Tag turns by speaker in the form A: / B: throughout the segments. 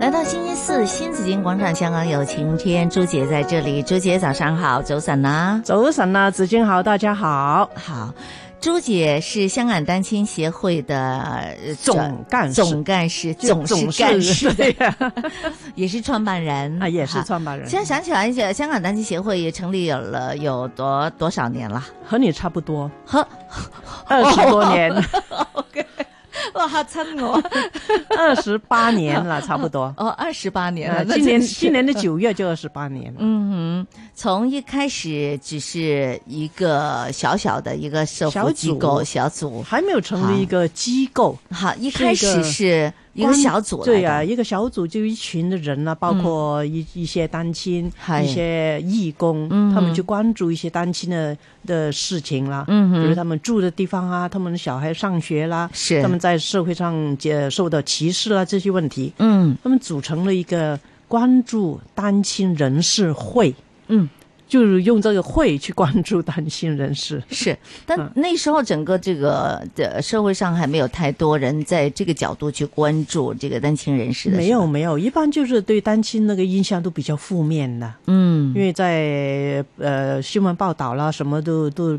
A: 来到星期四，新紫金广场，香港有晴天，朱姐在这里。朱姐早上好，早晨啦、
B: 早晨啊，子君好，大家好，
A: 好，朱姐是香港单亲协会的呃
B: 总干事
A: 总干事，
B: 就
A: 总是干事，
B: 对呀，
A: 也是创办人
B: 啊，也是
A: 哈
B: 创办人
A: 现，在想起来，这香港单亲协会也成立有了有多多少年了？
B: 和你差不多
A: 呵，
B: 二十多年，
A: 哦哇，吓亲 我！。
B: 二十八年了，差不多
A: 哦，二十八年了，
B: 呃，
A: 那
B: 今年
A: 真是
B: 今年的九月就二十八年了，
A: 嗯哼，从一开始只是一个小小的一个社
B: 小
A: 福
B: 组
A: 机构小组，
B: 还没有成立一个机构。
A: 好，一
B: 是
A: 开
B: 一
A: 始
B: 个
A: 是啊一个
B: 关
A: 小组来的嗯
B: 对啊，一个小组就一群的人啦、包括一、一些单亲
A: 嗨、
B: 一些义工，
A: 嗯
B: 他们就关注一些单亲的的事情啦，
A: 嗯哼
B: 比如他们住的地方啊，他们的小孩上学啦，
A: 是
B: 他们在社会上接受到歧视啊啦这些问题，
A: 嗯
B: 他们组成了一个关注单亲人士会，
A: 嗯
B: 就是用这个会去关注单亲人士。
A: 是，但
B: 嗯
A: 那时候整个这个的社会上还没有太多人在这个角度去关注这个单亲人士的，
B: 没有，没有，一般就是对单亲那个印象都比较负面的，
A: 嗯
B: 因为在呃新闻报道啦，什么都都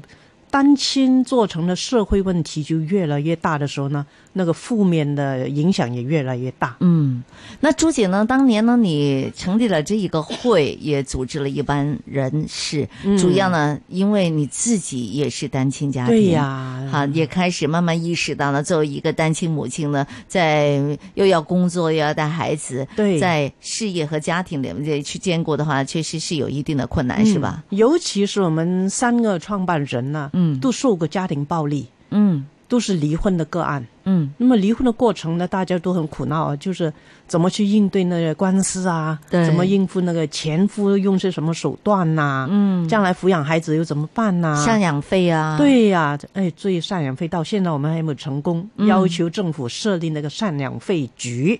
B: 单亲做成了社会问题就越来越大的时候呢，那个负面的影响也越来越大。
A: 嗯。那朱姐呢？当年呢，你成立了这一个会，也组织了一班人士，
B: 嗯
A: 主要呢，因为你自己也是单亲家庭，
B: 对呀、
A: 好，也开始慢慢意识到了，作为一个单亲母亲呢，在又要工作又要带孩子，
B: 对
A: 在事业和家庭里面去兼顾的话，确实是有一定的困难，是吧？
B: 嗯尤其是我们三个创办人呢、
A: 嗯
B: 都受过家庭暴力，
A: 嗯
B: 都是离婚的个案。
A: 嗯，
B: 那么离婚的过程呢，大家都很苦恼，啊就是怎么去应对那个官司啊，
A: 对
B: 怎么应付那个前夫用些什么手段呐、嗯，将来抚养孩子又怎么办呐、
A: 赡养费啊，，
B: 对呀、哎，所以赡养费到现在我们还没有成功，
A: 嗯
B: 要求政府设立那个赡养费局，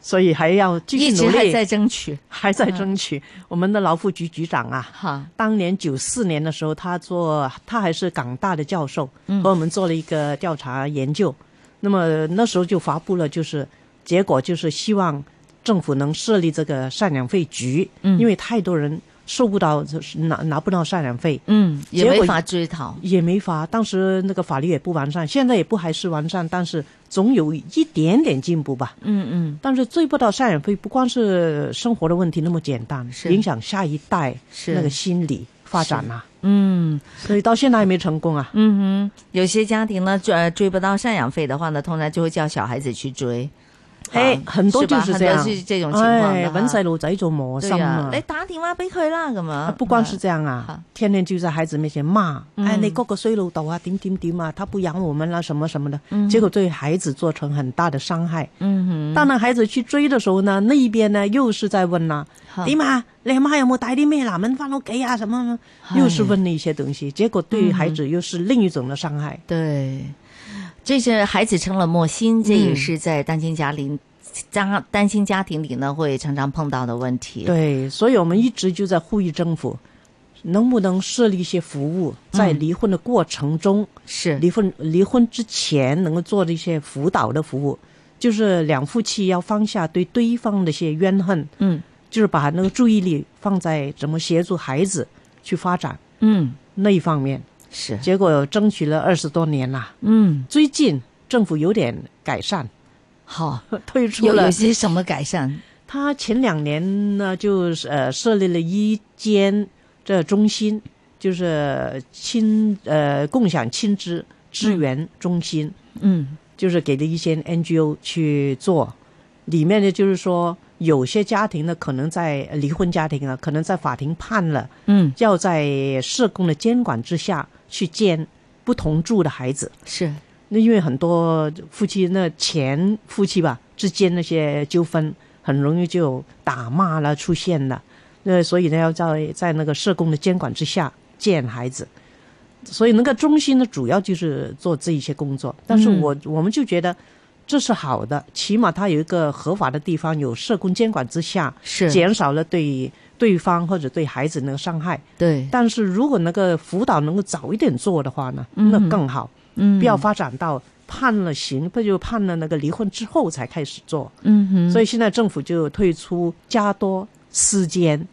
B: 所以还要继
A: 一
B: 续
A: 直
B: 努
A: 还
B: 力，
A: 在嗯争取，
B: 还在争取。我们的劳副局局长啊，
A: 哈，
B: 当年九四年的时候，他做他还是港大的教授，
A: 嗯
B: 和我们做了一个调查研究。那么那时候就发布了，就是结果就是希望政府能设立这个赡养费局，
A: 嗯
B: 因为太多人收不到，就是拿拿不到赡养费，
A: 嗯，也
B: 结果
A: 没法追讨，
B: 也没法。当时那个法律也不完善，现在也不还是完善，但是总有一点点进步吧。
A: 嗯嗯，
B: 但是追不到赡养费，不光是生活的问题那么简单，
A: 是
B: 影响下一代
A: 是
B: 那个心理发展啊呐、
A: 嗯。
B: 所以到现在还没成功啊。
A: 嗯哼，有些家庭呢追追不到赡养费的话呢，通常就会叫小孩子去追。
B: 哎
A: 啊
B: 很多
A: 是吧
B: 就是这样
A: 很多是这种情况
B: 哎
A: 的哈。
B: 搵細路仔做磨
A: 对
B: 心
A: 呀、
B: 啊！
A: 你打電話俾佢啦，咁啊
B: 啊，不光是這樣啊
A: 啊，
B: 天天就在孩子面前罵，
A: 嗯
B: 哎，你嗰個衰老豆啊，點點點啊，他不養我們啦，什麼什麼的，結果对孩子做成很大的傷害。
A: 嗯哼，
B: 當然孩子去追的時候呢，那一邊呢又是在問啦
A: 嚇，
B: 點啊？你阿媽有冇帶啲咩男人翻屋企啊？什麼什麼，
A: 哎
B: 又是問那些東西，結果對孩子又是另一種的傷害。
A: 对，这是孩子成了磨心，这
B: 嗯
A: 也是在单亲家庭、家单亲家庭里呢会常常碰到的问题。，
B: 对，所以我们一直就在呼吁政府，能不能设立一些服务，在离婚的过程中，
A: 是，
B: 离婚离婚之前能够做的一些辅导的服务，就是两夫妻要放下对对方的一些怨恨，
A: 嗯
B: 就是把那个注意力放在怎么协助孩子去发展
A: 嗯，
B: 那一方面。
A: 是，
B: 结果争取了二十多年啦，
A: 嗯，
B: 最近政府有点改善，
A: 好，
B: 推出
A: 有
B: 了
A: 有些什么改善？
B: 他前两年呢，就是呃设立了一间这中心，就是亲呃共享亲子支援中心，
A: 嗯
B: 就是给了一些 NGO 去做。里面呢，就是说有些家庭呢，可能在呃离婚家庭啊，可能在法庭判了，
A: 嗯，
B: 要在社工的监管之下去见不同住的孩子。
A: 是，
B: 那因为很多夫妻那前夫妻吧之间那些纠纷，很容易就有打骂啦出现了。那所以呢，要在在那个社工的监管之下见孩子。所以那个中心呢，主要就是做这一些工作。但是我、
A: 嗯
B: 我们就觉得这是好的，起码它有一个合法的地方，有社工监管之下，
A: 是
B: 减少了对对方或者对孩子那个伤害。
A: 对，
B: 但是如果那个辅导能够早一点做的话呢，那更好，
A: 嗯
B: 不要发展到判了刑，不就判了那个离婚之后才开始做。
A: 嗯哼，
B: 所以现在政府就推出加多四间，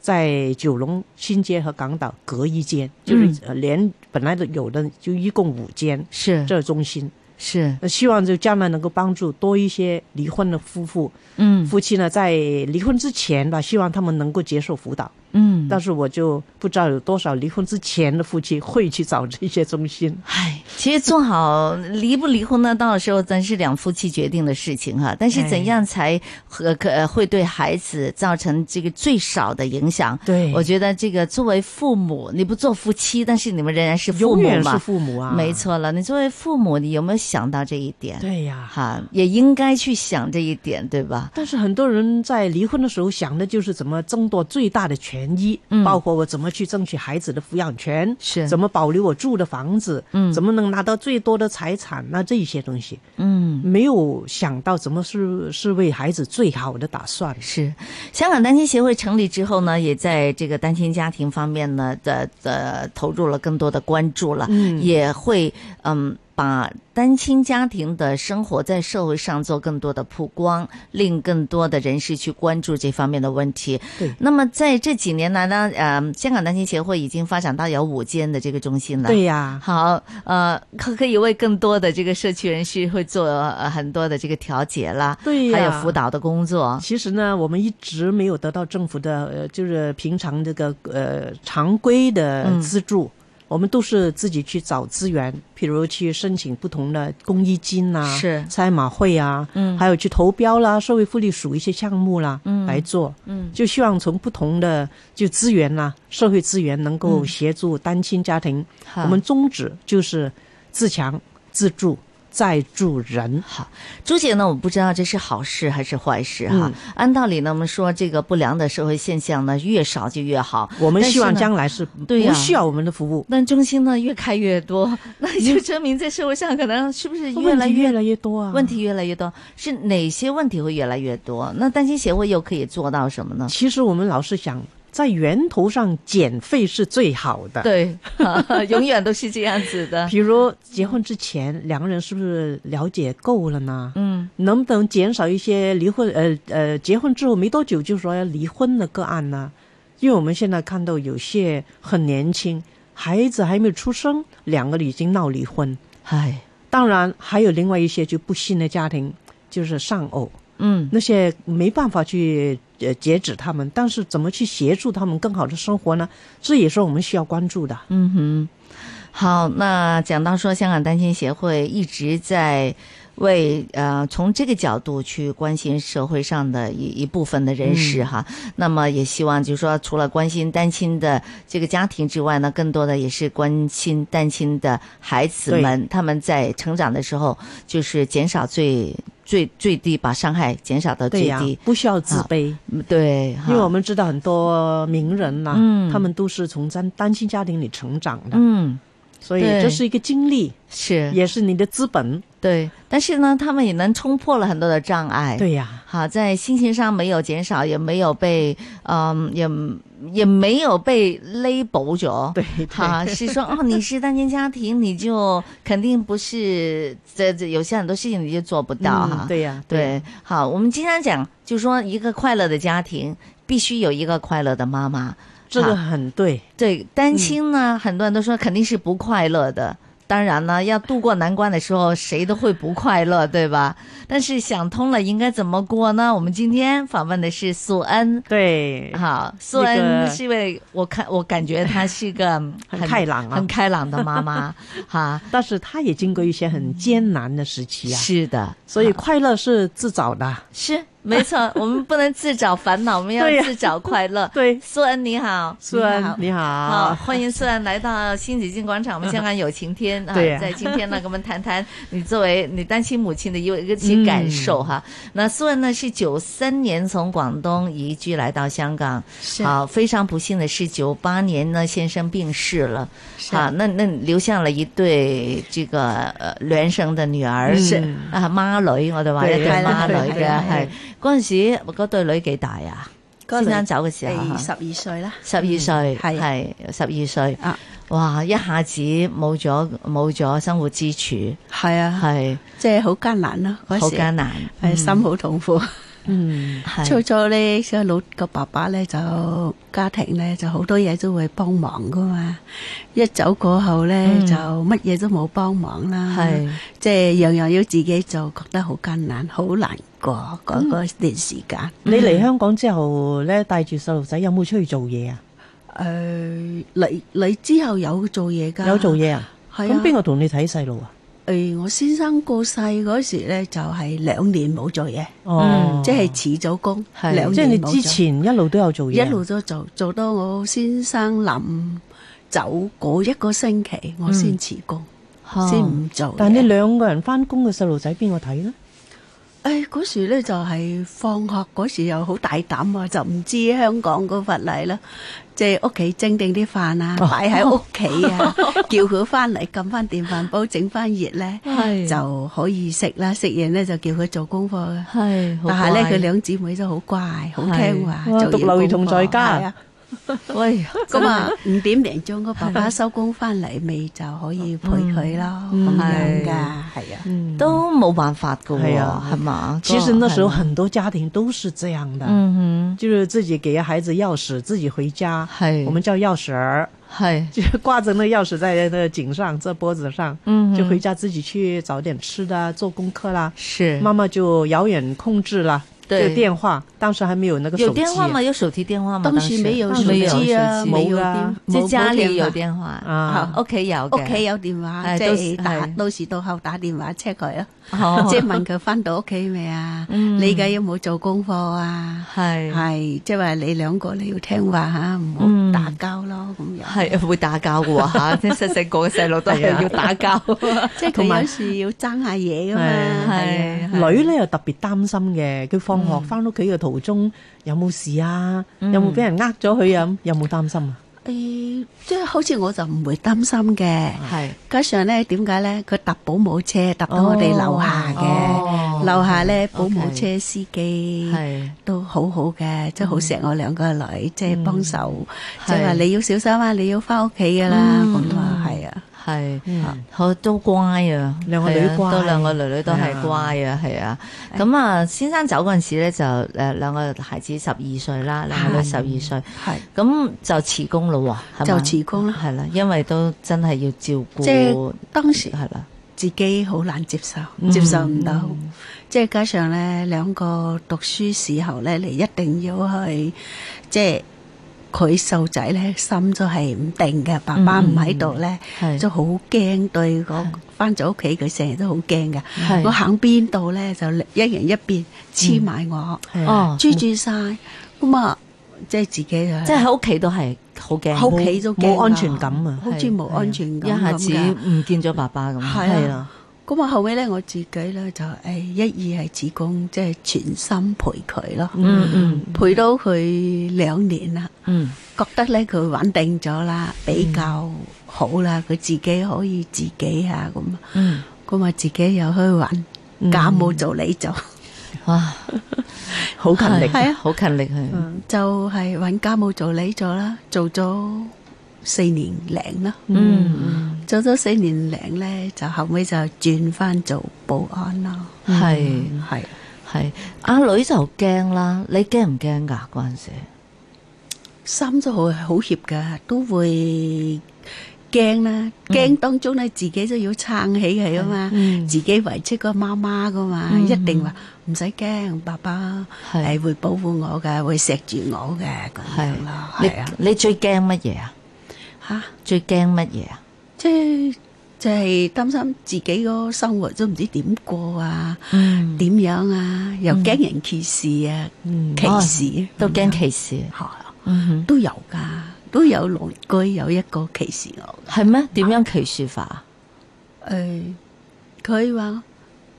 B: 在九龙新街和港岛各一间，
A: 嗯
B: 就是呃连本来的有的就一共五间，
A: 是
B: 这中心。
A: 是，
B: 那希望就将来能够帮助多一些离婚的夫妇
A: 嗯
B: 夫妻呢，在离婚之前吧，希望他们能够接受辅导。
A: 嗯，
B: 但是我就不知道有多少离婚之前的夫妻会去找这些中心。
A: 唉，其实做好离不离婚呢，到时候咱是两夫妻决定的事情哈。但
B: 哎
A: 是怎样才和可呃会对孩子造成这个最少的影响？
B: 对
A: 我觉得这个作为父母，你不做夫妻，但是你们仍然是父
B: 永
A: 母
B: 远是
A: 嘛，
B: 父母啊，
A: 没，错了。你作为父母，你有没有想到这一点？
B: 对呀、
A: 哈，也应该去想这一点，对吧？
B: 但是很多人在离婚的时候想的就是怎么争夺最大的权益，
A: 嗯
B: 包括我怎么去争取孩子的抚养权，
A: 是
B: 怎么保留我住的房子，
A: 嗯
B: 怎么能拿到最多的财产那这一些东西，
A: 嗯。
B: 没有想到怎么是是为孩子最好的打算。
A: 是，香港单亲协会成立之后呢，也在这个单亲家庭方面呢的的投入了更多的关注了，也会嗯把单亲家庭的生活在社会上做更多的曝光，令更多的人士去关注这方面的问题。
B: 对
A: 那么在这几年来呢，呃，香港单亲协会已经发展到有五间的这个中心了。
B: 对呀、
A: 好，呃，可可以为更多的这个社区人士会做呃很多的这个调解啦，
B: 对呀
A: 还有辅导的工作。
B: 其实呢，我们一直没有得到政府的，呃，就是平常这个呃常规的资助，
A: 嗯
B: 我们都是自己去找资源，譬如去申请不同的公益金啊，
A: 是
B: 赛马会啊，
A: 嗯
B: 还有去投标啦、社会福利署一些项目啦，嗯，来做，
A: 嗯，
B: 就希望从不同的就资源啦、社会资源能
A: 嗯
B: 够协助单亲家庭。
A: 好
B: 我们宗旨就是自强、自助、再助人。
A: 好，朱姐呢，我不知道这是好事还是坏事哈。
B: 嗯
A: 按道理呢，我们说这个不良的社会现象呢，越少就越好。
B: 我们
A: 但是
B: 希望
A: 呢
B: 将来是
A: 对呀
B: 不需要我们的服务，
A: 但中心呢越开越 多，那就证明在社会上可能是不是越
B: 问
A: 来
B: 题
A: 越
B: 越来越多啊。
A: 问题越来越多？是哪些问题会越来越多？那担心协会又可以做到什么呢？
B: 其实我们老是想在源头上减费是最好的。，
A: 对， 永远都是这样子 的。
B: 比如结婚之前两个人是不是了解够了呢？
A: 嗯，
B: 能不能减少一些离婚？呃呃，结婚之后没多久就说要离婚的个案呢？因为我们现在看到有些很年轻，孩子还没有出生，两个人已经闹离婚。
A: 唉，
B: 当然，还有另外一些就不幸的家庭，就是丧偶。
A: 嗯
B: 那些没办法去呃截止他们，但是怎么去协助他们更好的生活呢？这也是我们需要关注的。
A: 嗯哼。好，那讲到说香港单亲协会一直在为呃从这个角度去关心社会上的一一部分的人士哈，那么也希望就是说除了关心单亲的这个家庭之外呢，更多的也是关心单亲的孩子们，他们在成长的时候就是减少最最最低，把伤害减少到
B: 对
A: 最
B: 呀、
A: 低，
B: 不需要自卑，
A: 嗯对，哈
B: 因为我们知道很多名人呐、
A: 嗯
B: 他们都是从单单亲家庭里成长的，
A: 嗯
B: 所以
A: 对嗯
B: 这是一个经历，
A: 是
B: 也是你的资本。
A: 对，但是呢，他们也能冲破了很多的障碍，
B: 对呀、
A: 好，在心情上没有减少，也没有被，嗯，也也没有被 label 咗。
B: 对
A: 好，是说哦，你是单亲家庭，你就肯定不是这这有些很多事情你就做不到哈、
B: 嗯，对呀、
A: 对，啊好，我们经常讲，就说一个快乐的家庭必须有一个快乐的妈妈。
B: 这
A: 好
B: 个很对。
A: 对，单亲
B: 嗯
A: 呢，很多人都说肯定是不快乐的。当然了，要度过难关的时候，谁都会不快乐，对吧？但是想通了，应该怎么过呢？我们今天访问的是素恩，
B: 对，
A: 好，素
B: 那个
A: 恩是一位，我看我感觉她是一个
B: 很开朗啊
A: 很开朗的妈 妈，哈，
B: 但是他也经过一些很艰难的时期啊，
A: 是的，
B: 所以快乐是自找的，
A: 是没错，我们不能自找烦恼，我们要
B: 对呀
A: 自找快乐。
B: 对
A: 苏恩你好，
B: 苏恩你
A: 好，
C: 啊
B: 好，
A: 欢迎虽然来到新紫金广场，我们香港有晴天啊
B: 对，呀
A: 在今天呢，跟我们谈谈你作为 你单亲母亲的一个一些感受哈。
C: 嗯
A: 那苏文呢是九三年从广东移居来到香港，
C: 是
A: 啊，非常不幸的是九八年呢先生病逝了，
C: 是
A: 啊，那那留下了一对这个呃孪生嘅女
C: 嗯
A: 儿，
B: 是
A: 啊孖女我哋話
B: 對
A: 一對
C: 係
A: 孖
C: 啦
A: 女
C: 對
A: 嘅
C: 對
A: 係嗰陣時嗰對女幾大啊？
C: 嗰
A: 先
C: 女
A: 生走嘅時候
C: 係
A: 嚇
C: 十二歲啦，
A: 十二歲
C: 係
A: 係十二歲
C: 嗯啊，
A: 哇！一下子冇咗冇咗生活支柱，
C: 係啊，
A: 係
C: 即係好艱難啦嗰
A: 好
C: 時，
A: 艱難，
C: 係心好痛苦。
B: 嗯
C: 初
A: 係
C: 初咧，個老個爸爸咧就家庭咧就好多嘢都會幫忙噶嘛，一走過後咧、
A: 嗯
C: 就乜嘢都冇幫忙啦，
A: 係
C: 即係樣樣要自己做，覺得好艱難，好難過嗰嗰段時間。
B: 你嚟香港之後咧，帶住細路仔有冇出去做嘢啊？
C: 誒嚟嚟之後有做嘢㗎，
B: 有做嘢啊？
C: 係
B: 咁
C: 啊。
B: 邊個同你睇細路啊？
C: 誒、我先生過世嗰時咧，就係、兩年冇做嘢，
B: 哦，
C: 即係辭咗工，
A: 係
C: 兩
B: 即係你
C: 年冇做
B: 之前一路都有做嘢
C: 一
B: 啊，
C: 路都做，做到我先生臨走嗰一個星期，我先辭工，先唔做嘢。
B: 但係你兩個人翻工嘅細路仔邊個睇呢？
C: 誒嗰、時咧就係、放學嗰時又好大膽啊，就唔知香港嗰法例啦，即係屋企蒸定啲飯啊，擺喺屋 企啊，叫佢翻嚟撳翻電飯煲整翻熱咧。
A: 係
C: 就可以食啦，食完咧就叫佢做功課嘅。
A: 係，好
C: 但係咧，
A: 乖
C: 佢兩姊妹都好乖，好聽話，
B: 哇
C: 做
B: 獨
C: 嘢
B: 留兒童
C: 功課
B: 在家
C: 係啊，
A: 喂，
C: 咁啊，五點零鐘個爸爸收工翻嚟，咪就可以陪佢咯，咁樣
A: 係
C: 㗎，係啊，
B: 嗯
A: 都冇辦法噶喎，
B: 係啊
A: 係嘛？
B: 其實那時候
A: 係嘛
B: 很多家庭都是這樣的，
A: 嗯
B: 就是自己給孩子鑰匙，自己回家，
A: 哼，係
B: 我們叫鑰匙 兒，
A: 係
B: 就是挂着那鑰匙在那颈上，这脖子上，
A: 嗯哼
B: 就回家自己去找点吃的啊，做功课啦。
A: 是
B: 妈妈就遥远控制了，
A: 对
B: 就电话，当時還沒有那個手
A: 有
B: 機，
A: 電話嗎？有手提電話嗎？
C: 當
A: 時
C: 時沒有
A: 當時
C: 手
A: 沒有
C: 機啊，
A: 手機
C: 沒有
B: 啊
C: 電，
A: 即係家裡有
C: 電
A: 電話，
B: 啊，
A: 屋企有
C: 話，
A: 嘅，
C: 屋企有電話，
A: 係
C: 即
A: 到時
C: 係打
A: 係
C: 到時到後打電話 check 佢咯，
A: 哦
C: 即係問佢翻到屋企未啊？
A: 嗯
C: 你而家有冇做功課啊？
A: 係
C: 係即係話你兩個你要聽話嚇，唔
A: 嗯
C: 好打交咯咁 樣。
A: 係會打交嘅喎嚇，即係細細個嘅細路都係
B: 係啊
A: 要打交，
C: 即係
B: 同
C: 佢
B: 埋
C: 有時要爭下嘢噶
B: 啊係啊
C: 嘛，
A: 係
B: 女咧又特別擔心嘅，佢放學翻屋企嘅途中有冇事啊？有冇俾人呃咗佢啊？有冇擔心啊？
C: 誒，即係好似我就唔會擔心嘅。
A: 係
C: 加上咧，點解咧？佢搭保姆車搭到我哋樓下嘅，
A: 哦
C: 樓下咧保姆車司機
A: 係嗯
C: 都好好嘅，即係好錫我兩個女，即係幫手，即係話
A: 係嗯
C: 你要小心啊，你要翻屋企噶啦，咁啊，係啊，
A: 係。
B: 嗯，
A: 好都乖啊，
B: 兩個女
A: 係啊
B: 乖
A: 都兩個女女都係乖啊，係啊。咁啊，先生走嗰陣時咧就誒兩個孩子十二歲啦，兩個女十二歲，
C: 係
A: 咁就辭工咯喎，係嘛
C: 就辭工啦。
A: 係啦，因為都真係要照顧，
C: 即係當時
A: 係啦，
C: 自己好難接受，
A: 嗯
C: 接受唔到。即係加上咧，兩個讀書時候咧，你一定要去，即係佢細仔咧心都係唔定嘅，爸爸唔喺度咧，
A: 係
C: 都好驚對嗰
A: 嗯
C: 翻咗屋企，佢成日都好驚嘅。
A: 係
C: 我行邊度咧，就一人一邊黐埋我，
B: 係啊
A: 哦，
C: 追住晒咁啊！即係自己啊，
A: 即係喺屋企都係好驚，
C: 喺屋企都驚啊
B: 冇安全感啊
C: 好似冇安全
A: 哎一
C: 感
A: 下
C: 咁
A: 子
C: 㗎
A: 唔見咗爸爸咁，
C: 係啊
B: 係啦，
C: 咁啊，後尾咧我自己咧就誒、一意係子宮，即係全心陪佢咯，
A: 嗯嗯
C: 陪到佢兩年啦，
A: 嗯，
C: 覺得咧佢穩定咗啦，比較好啦，佢自己可以自己啊咁，
A: 嗯，
C: 咁啊自己又去揾，家務做你做，
A: 哇，
B: 好勤力，
C: 係啊
A: 好勤力係，
C: 就係揾家務做你做啦，做咗四年零啦，
A: 嗯
C: 做咗四年零咧就後尾就轉翻做保安啊咯，
A: 嗯係。
C: 係。
A: 系阿女就驚啦，你驚唔驚噶嗰阵时？
C: 心都好好怯噶，都會驚啦。驚當中咧，自己都要撐起佢啊嘛，自己維持個媽媽噶嘛，一定話唔使驚，爸爸
A: 係
C: 係會保護我嘅，會錫住我嘅咁
A: Ừ.
C: 樣咯，係啊
A: 你你最驚乜嘢啊？
C: 嚇，
A: 最驚乜嘢啊？
C: 即係就係擔心自己個生活都唔知點過啊，
A: 嗯，
C: 點樣啊，又驚人歧視啊，
B: 嗯
C: 歧視
A: 哦都驚歧視，
C: 嚇
A: 嗯
C: 都有㗎，都有鄰居有一個歧視我。
A: 哼，係咩？點樣歧視法？啊
C: 誒，呃佢話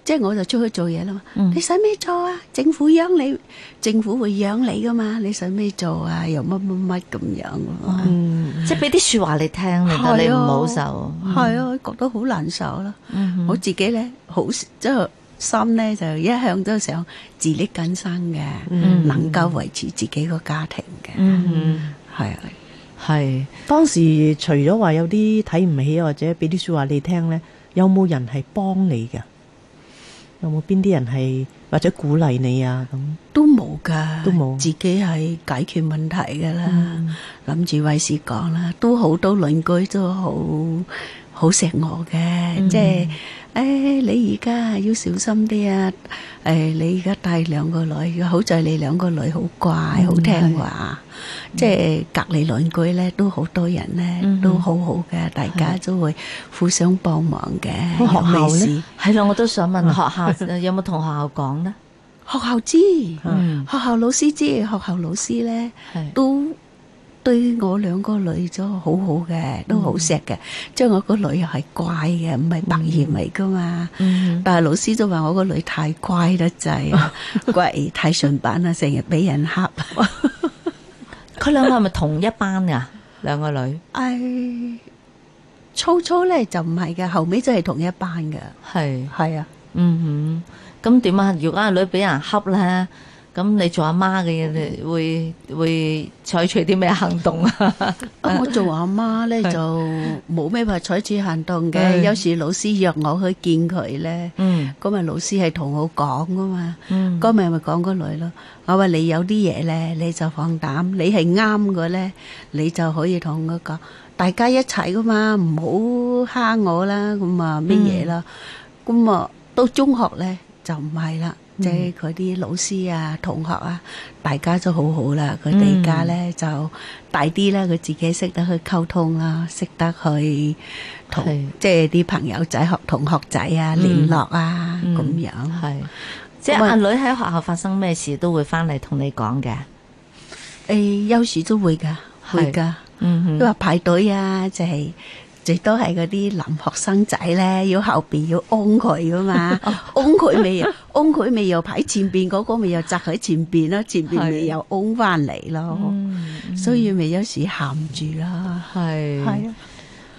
C: 即係我就出去做嘢啦嘛。
A: 嗯
C: 你使咩做啊？政府養你，政府會養你噶嘛？你使咩做啊？又乜乜乜咁樣啊？
B: 嗯
A: 即係俾啲説話你聽，你
C: 係
A: 得
C: 啊
A: 哦你唔好受。
C: 係啊，覺得好難受啦。
A: 嗯哼
C: 我自己咧好即係心咧就一向都想自力更生嘅，
A: 嗯
C: 能夠維持自己個家庭嘅，
A: 嗯
C: 係啊。
A: 哼，係
B: 當時除咗話有啲睇唔起啊或者俾啲説話你聽咧，有冇人係幫你嘅？有冇邊啲人係或者鼓勵你啊？咁
C: 都冇噶，
B: 都冇嗯
C: 自己係解決問題噶啦，諗住為事講啦，都好多鄰居都好好錫我嘅，
B: 嗯
C: 即係誒、你而家要小心啲啊！誒、你而家帶兩個女，好在你兩個女好乖，
B: 嗯
C: 好聽話，即係隔離鄰居咧都好多人咧、
A: 嗯
C: 都好好嘅，大家都會互相幫忙嘅。
B: 咁學校
C: 有咩
B: 呢
C: 事
A: 係啦，我都想問學校呃有冇同學校講呢？
C: 學校知，
A: 嗯
C: 學校老師知，學校老師咧。
A: 係
C: 都對我兩個女都好好嘅，都好錫嘅。即係我個女又係乖嘅，唔係白眼嚟噶嘛。
A: 嗯
C: 但係老師都話我個女太乖得滯啊， 乖太順板啦，成日俾人恰。
A: 哼，佢兩個係咪同一班㗎？兩個女
C: 唉，初初咧就唔係嘅，後尾真係同一班嘅。
A: 係。
C: 係啊，
A: 嗯哼，咁點啊？如果阿女俾人恰咧，咁你做阿媽嘅嘢，你會會採取啲咩行動啊？
C: 啊我做阿媽咧
A: 係
C: 就冇咩話採取行
A: 係
C: 動嘅。有時老師約我去見佢咧，
A: 嗯
C: 咁啊老師係同我講噶嘛。
A: 嗯
C: 嗰咪咪講嗰女咯，我話你有啲嘢咧，你就放膽，你係啱嘅咧，你就可以同我講，大家一齊噶嘛，唔好蝦我啦，咁啊乜嘢啦，
A: 嗯
C: 咁啊到中學咧就唔係啦，即係佢啲老師啊、同學啊，大家都好好啦，佢哋而家
A: 嗯
C: 咧就大啲啦，佢自己識得去溝通啦，識得去同
A: 係
C: 即係啲朋友仔、學同學仔啊聯絡啊
A: 嗯
C: 咁樣。
A: 係，即係
C: 咁啊
A: 阿女喺學校發生咩事都會翻嚟同你講嘅。
C: 誒、有時都會㗎，
A: 係
C: 會㗎。
A: 嗯
C: 你話排隊啊，就係、最多係嗰啲男學生仔咧，要後邊要擁佢噶嘛，擁佢咪又擁佢咪又排前邊嗰、個咪又擲喺前邊啦，前邊咪又擁翻嚟咯，
A: 哼，
C: 所以咪有時喊住啦。
A: 係
C: 係啊，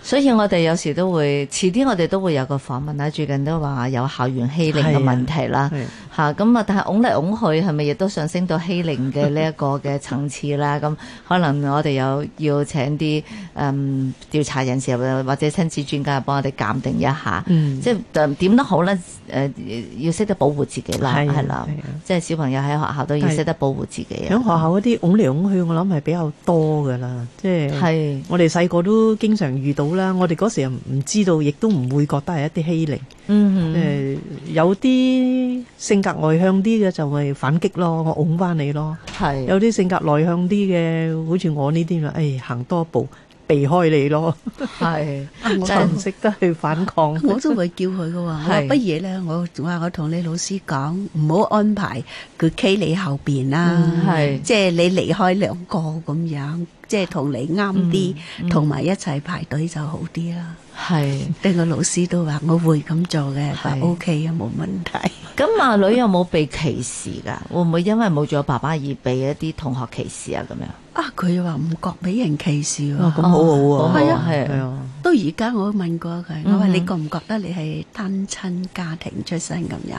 A: 所以我哋有時都會，遲啲我哋都會有個訪問啦。啊最近都話有校園欺凌嘅問題啦，
B: 係啊
A: 嚇咁啊！但係拱嚟拱去，係咪亦都上升到欺凌嘅呢一個嘅層次啦？咁可能我哋有要請啲嗯調查人士或者親子專家幫我哋鑑定一下，
B: 嗯
A: 即係呃點都好咧，誒、呃要識得保護自己啦，
B: 係啊
A: 係啦
B: 係啊，
A: 即係小朋友喺學校都要
B: 但係
A: 識得保護自己
B: 喺
A: 啊，
B: 學校嗰啲拱嚟拱去，我諗係比較多噶啦，即係啊
A: 係
B: 我哋細個都經常遇到啦。我哋嗰時又唔知道，亦都唔會覺得係一啲欺凌。誒、
A: 嗯
B: 有啲性格外向啲嘅就係反擊咯，我拱翻你咯。
A: 哼係
B: 有啲性格內向啲嘅，好似我呢啲咪，啊誒行多步避開你咯，
A: 係
C: 我
B: 就唔識得去反抗。
C: 我都會叫 佢嘅喎，我話
A: 係
C: 不如咧，我我話我同你老師講，唔好安排佢企你後邊啦，
A: 係
C: 即嗯係你離開兩個咁樣，即係同你啱啲，同埋、一齊排隊就好啲啦。
A: 係。
C: 啲個老師都話我會咁做嘅，話
A: 係
C: O K 啊，冇問題。
A: 咁阿女有冇被歧視㗎？會唔會因為冇咗爸爸而被一啲同學歧視啊？咁樣
C: 啊，佢話唔覺俾人歧視
B: 哇，咁
C: 喎。
B: 好好啊，
A: 係
C: 係
A: 啊
C: 啊
B: 係
A: 係
B: 啊，
C: 到而家我都問過佢，我話
A: 嗯
C: 你覺唔覺得你係單親家庭出身咁樣？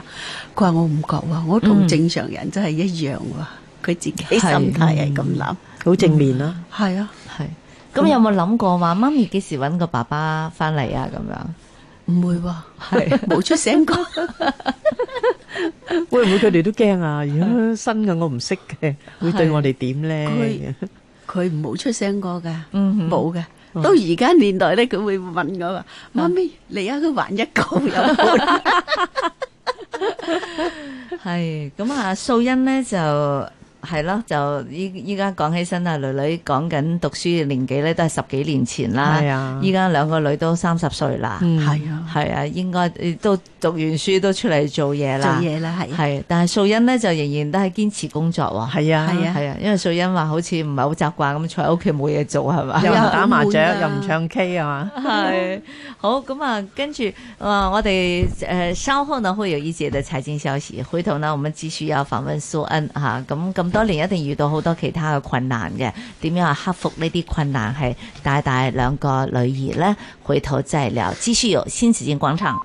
C: 佢話我唔覺喎，我同
A: 嗯
C: 正常人真係一樣喎。佢自己心
A: 係
C: 態係咁諗，
B: 好正面啦。
C: 係啊，
A: 係。咁有冇諗過話媽咪幾時揾個爸爸翻嚟啊？咁
C: 唔會喎，係冇出聲過。
B: 會唔會佢哋都驚啊？如果新嘅我唔識嘅，會對我哋點咧
C: 佢？佢冇出聲過㗎，
A: 嗯哼
C: 冇嘅。到而家年代咧，佢會問我話：媽咪，你而家佢還一嚿有冇？
A: 樣係。咁啊，素欣呢就係咯，就依依家講起身啊，女女講緊讀書嘅年紀咧，都係十幾年前啦。
B: 係啊
A: 依家兩個女都三十歲啦。
B: 嗯
C: 係啊，
A: 係啊，應該都讀完書都出嚟做嘢
C: 做
A: 啦。
C: 嘢啦，係啊
A: 係，但係素欣咧就仍然都係堅持工作喎。
B: 係啊，
C: 係啊
A: 係啊，因為素欣話好似唔係好習慣咁坐喺屋企冇嘢做係 嘛？
B: 又唔打麻
C: 係啊
B: 雀，又
C: 好悶
B: 唔
C: 啊
B: 唱 K 啊嘛。
A: 系好咁啊，跟住啊，我哋诶稍後呢會有一節嘅財經消息，回頭呢我們繼續有訪問蘇恩吓，啊咁、咁多年一定遇到好多其他嘅困難嘅，點樣去克服呢啲困難係帶大兩個女兒呢？回頭再聊，繼續有新紫荊廣場。